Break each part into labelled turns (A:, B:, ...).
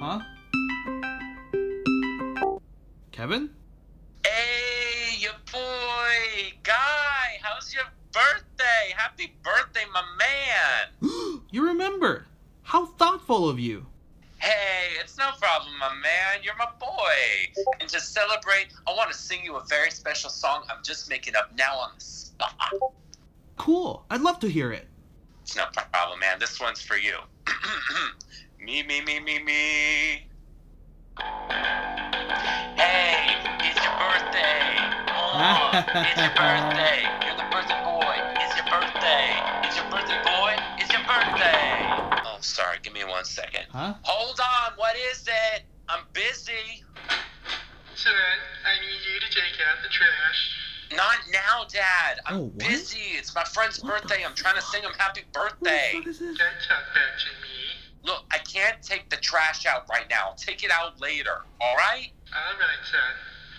A: Huh? Kevin?
B: Hey, your boy, Guy, how's your birthday? Happy birthday, my man.
A: You remembered! How thoughtful of you!
B: Hey, it's no problem, my man. You're my boy. And to celebrate, I want to sing you a very special song I'm just making up now on the spot.
A: Cool! I'd love to hear it.
B: It's no problem, man. This one's for you. me, me, me, me, me. Hey, it's your birthday. Oh, it's your birthday. You're the birthday boy. It's your birthday. It's your birthday boy. It's your birthday. Oh, sorry. Give me one second.
A: Huh?
B: Hold on. What is it? I'm busy.
C: Jeanette, I need you to take out the trash.
B: Not now, Dad. I'm
A: Oh, what?
B: busy. It's my friend's
A: What the
B: birthday. I'm trying to sing him happy
A: What the
B: birthday.
A: fuck is this?
C: Don't talk back to me.
B: Look, I can't take the trash out right now. I'll take it out later. All right?
C: Alright, son.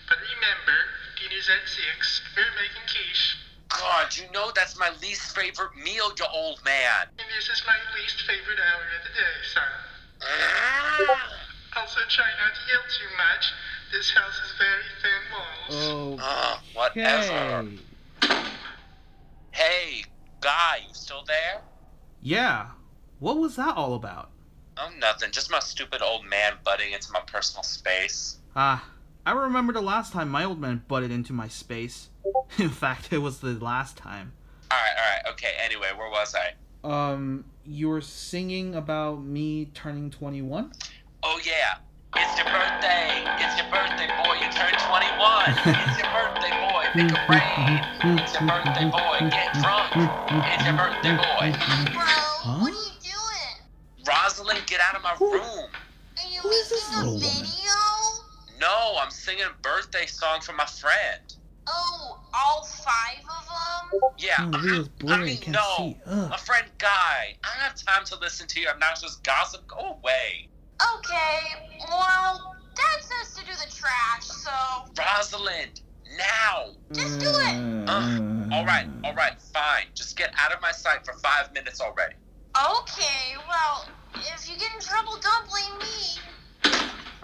C: But remember, dinner's at 6. We're making quiche.
B: God, you know that's my least favorite meal, you old man.
C: And this is my least favorite hour of the day, son. Also, try not to yell too much. This house has very thin
A: Oh.
C: walls.
B: Ugh, Uh, whatever.
A: Okay.
B: Hey, guy, you still there?
A: Yeah. What was that all about?
B: Oh, nothing. Just my stupid old man butting into my personal space.
A: Ah, I remember the last time my old man butted into my space. In fact, it was the last time.
B: All right, all right. Okay, anyway, where was I?
A: Um, you were singing about me turning 21?
B: Oh yeah. It's your birthday. It's your birthday, boy. You turned 21. It's your birthday, boy. Make a rain. It's your birthday, boy. Get drunk. It's your birthday, boy.
D: Bro, what are you doing?
B: Rosalind, get out of my room.
D: Are you
A: Who is this
D: making a
A: little woman?
D: video?
B: No, I'm singing a birthday song for my friend.
D: Oh, all five of them?
B: Yeah.
A: Oh, the video's blurry. I can't
B: no.
A: see. Ugh.
B: My friend Guy. I don't have time to listen to your obnoxious gossip. Go away.
D: Okay, well, Dad says to do the trash, so.
B: Rosalind, now.
D: Just do it.
B: Ugh. all right,
A: Mm.
B: all right, fine. Just get out of my sight for five minutes already.
D: Okay, well, if you get in trouble, don't blame me.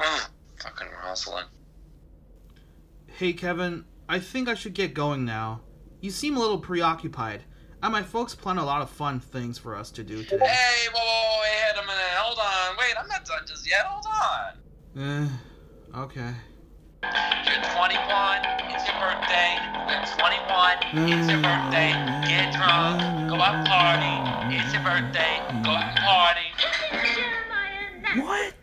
B: Ugh, fucking Rosalind.
A: Hey, Kevin, I think I should get going now. You seem a little preoccupied, and my folks plan a lot of fun things for us to do today.
B: Hey, whoa, whoa, whoa, wait a minute. Hold on. Wait, I'm not done just yet. Hold on.
A: Eh, okay.
B: You're 21. It's your birthday. You're 21. It's your birthday. Get drunk. Go out party. It's your birthday. Go out party.
A: What?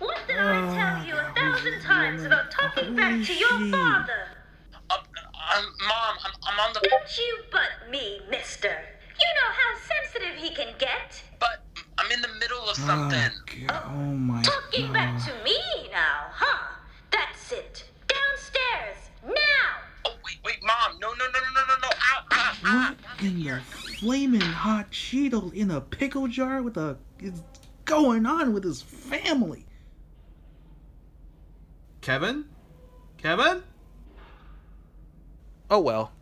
E: What did I tell you a thousand times about talking back to your father?
B: Um, um, Mom, I'm, I'm on the.
E: Don't you but me, mister. You know how sensitive he can get.
B: But I'm in the middle of something.
A: Oh my
E: Talking back to me now, huh? That's it. Downstairs, now!
B: Oh, wait, wait, Mom. No, no, no, no, no, no, no. Ow, ow, ow.
A: What in the flaming hot Cheeto in a pickle jar with a is going on with his family? Kevin? Kevin? Oh well.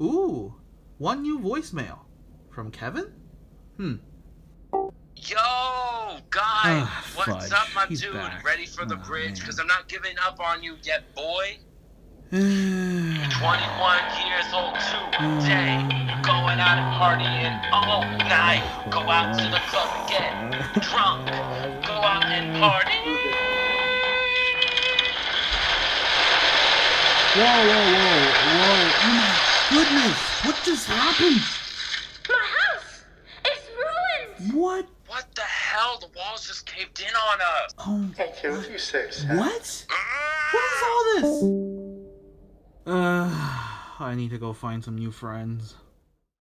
A: Ooh, one new voicemail from Kevin? Hmm.
B: Yo, guy.
A: Ah,
B: What's
A: fudge.
B: up, my
A: He's
B: dude?
A: back.
B: Ready for the
A: Aw,
B: bridge?
A: man.
B: Because I'm not giving up on you yet, boy. 21 years old today. You're going out and partying all night. Go out to the club and get drunk. Go out and party.
A: Whoa, whoa, whoa, whoa. Oh my goodness. What just happened?
E: My house! It's ruined!
A: What?
B: What the hell? The walls just caved in on us.
A: Oh,
C: Okay, what do you say, son?
A: what? What is all this? Uh, I need to go find some new friends.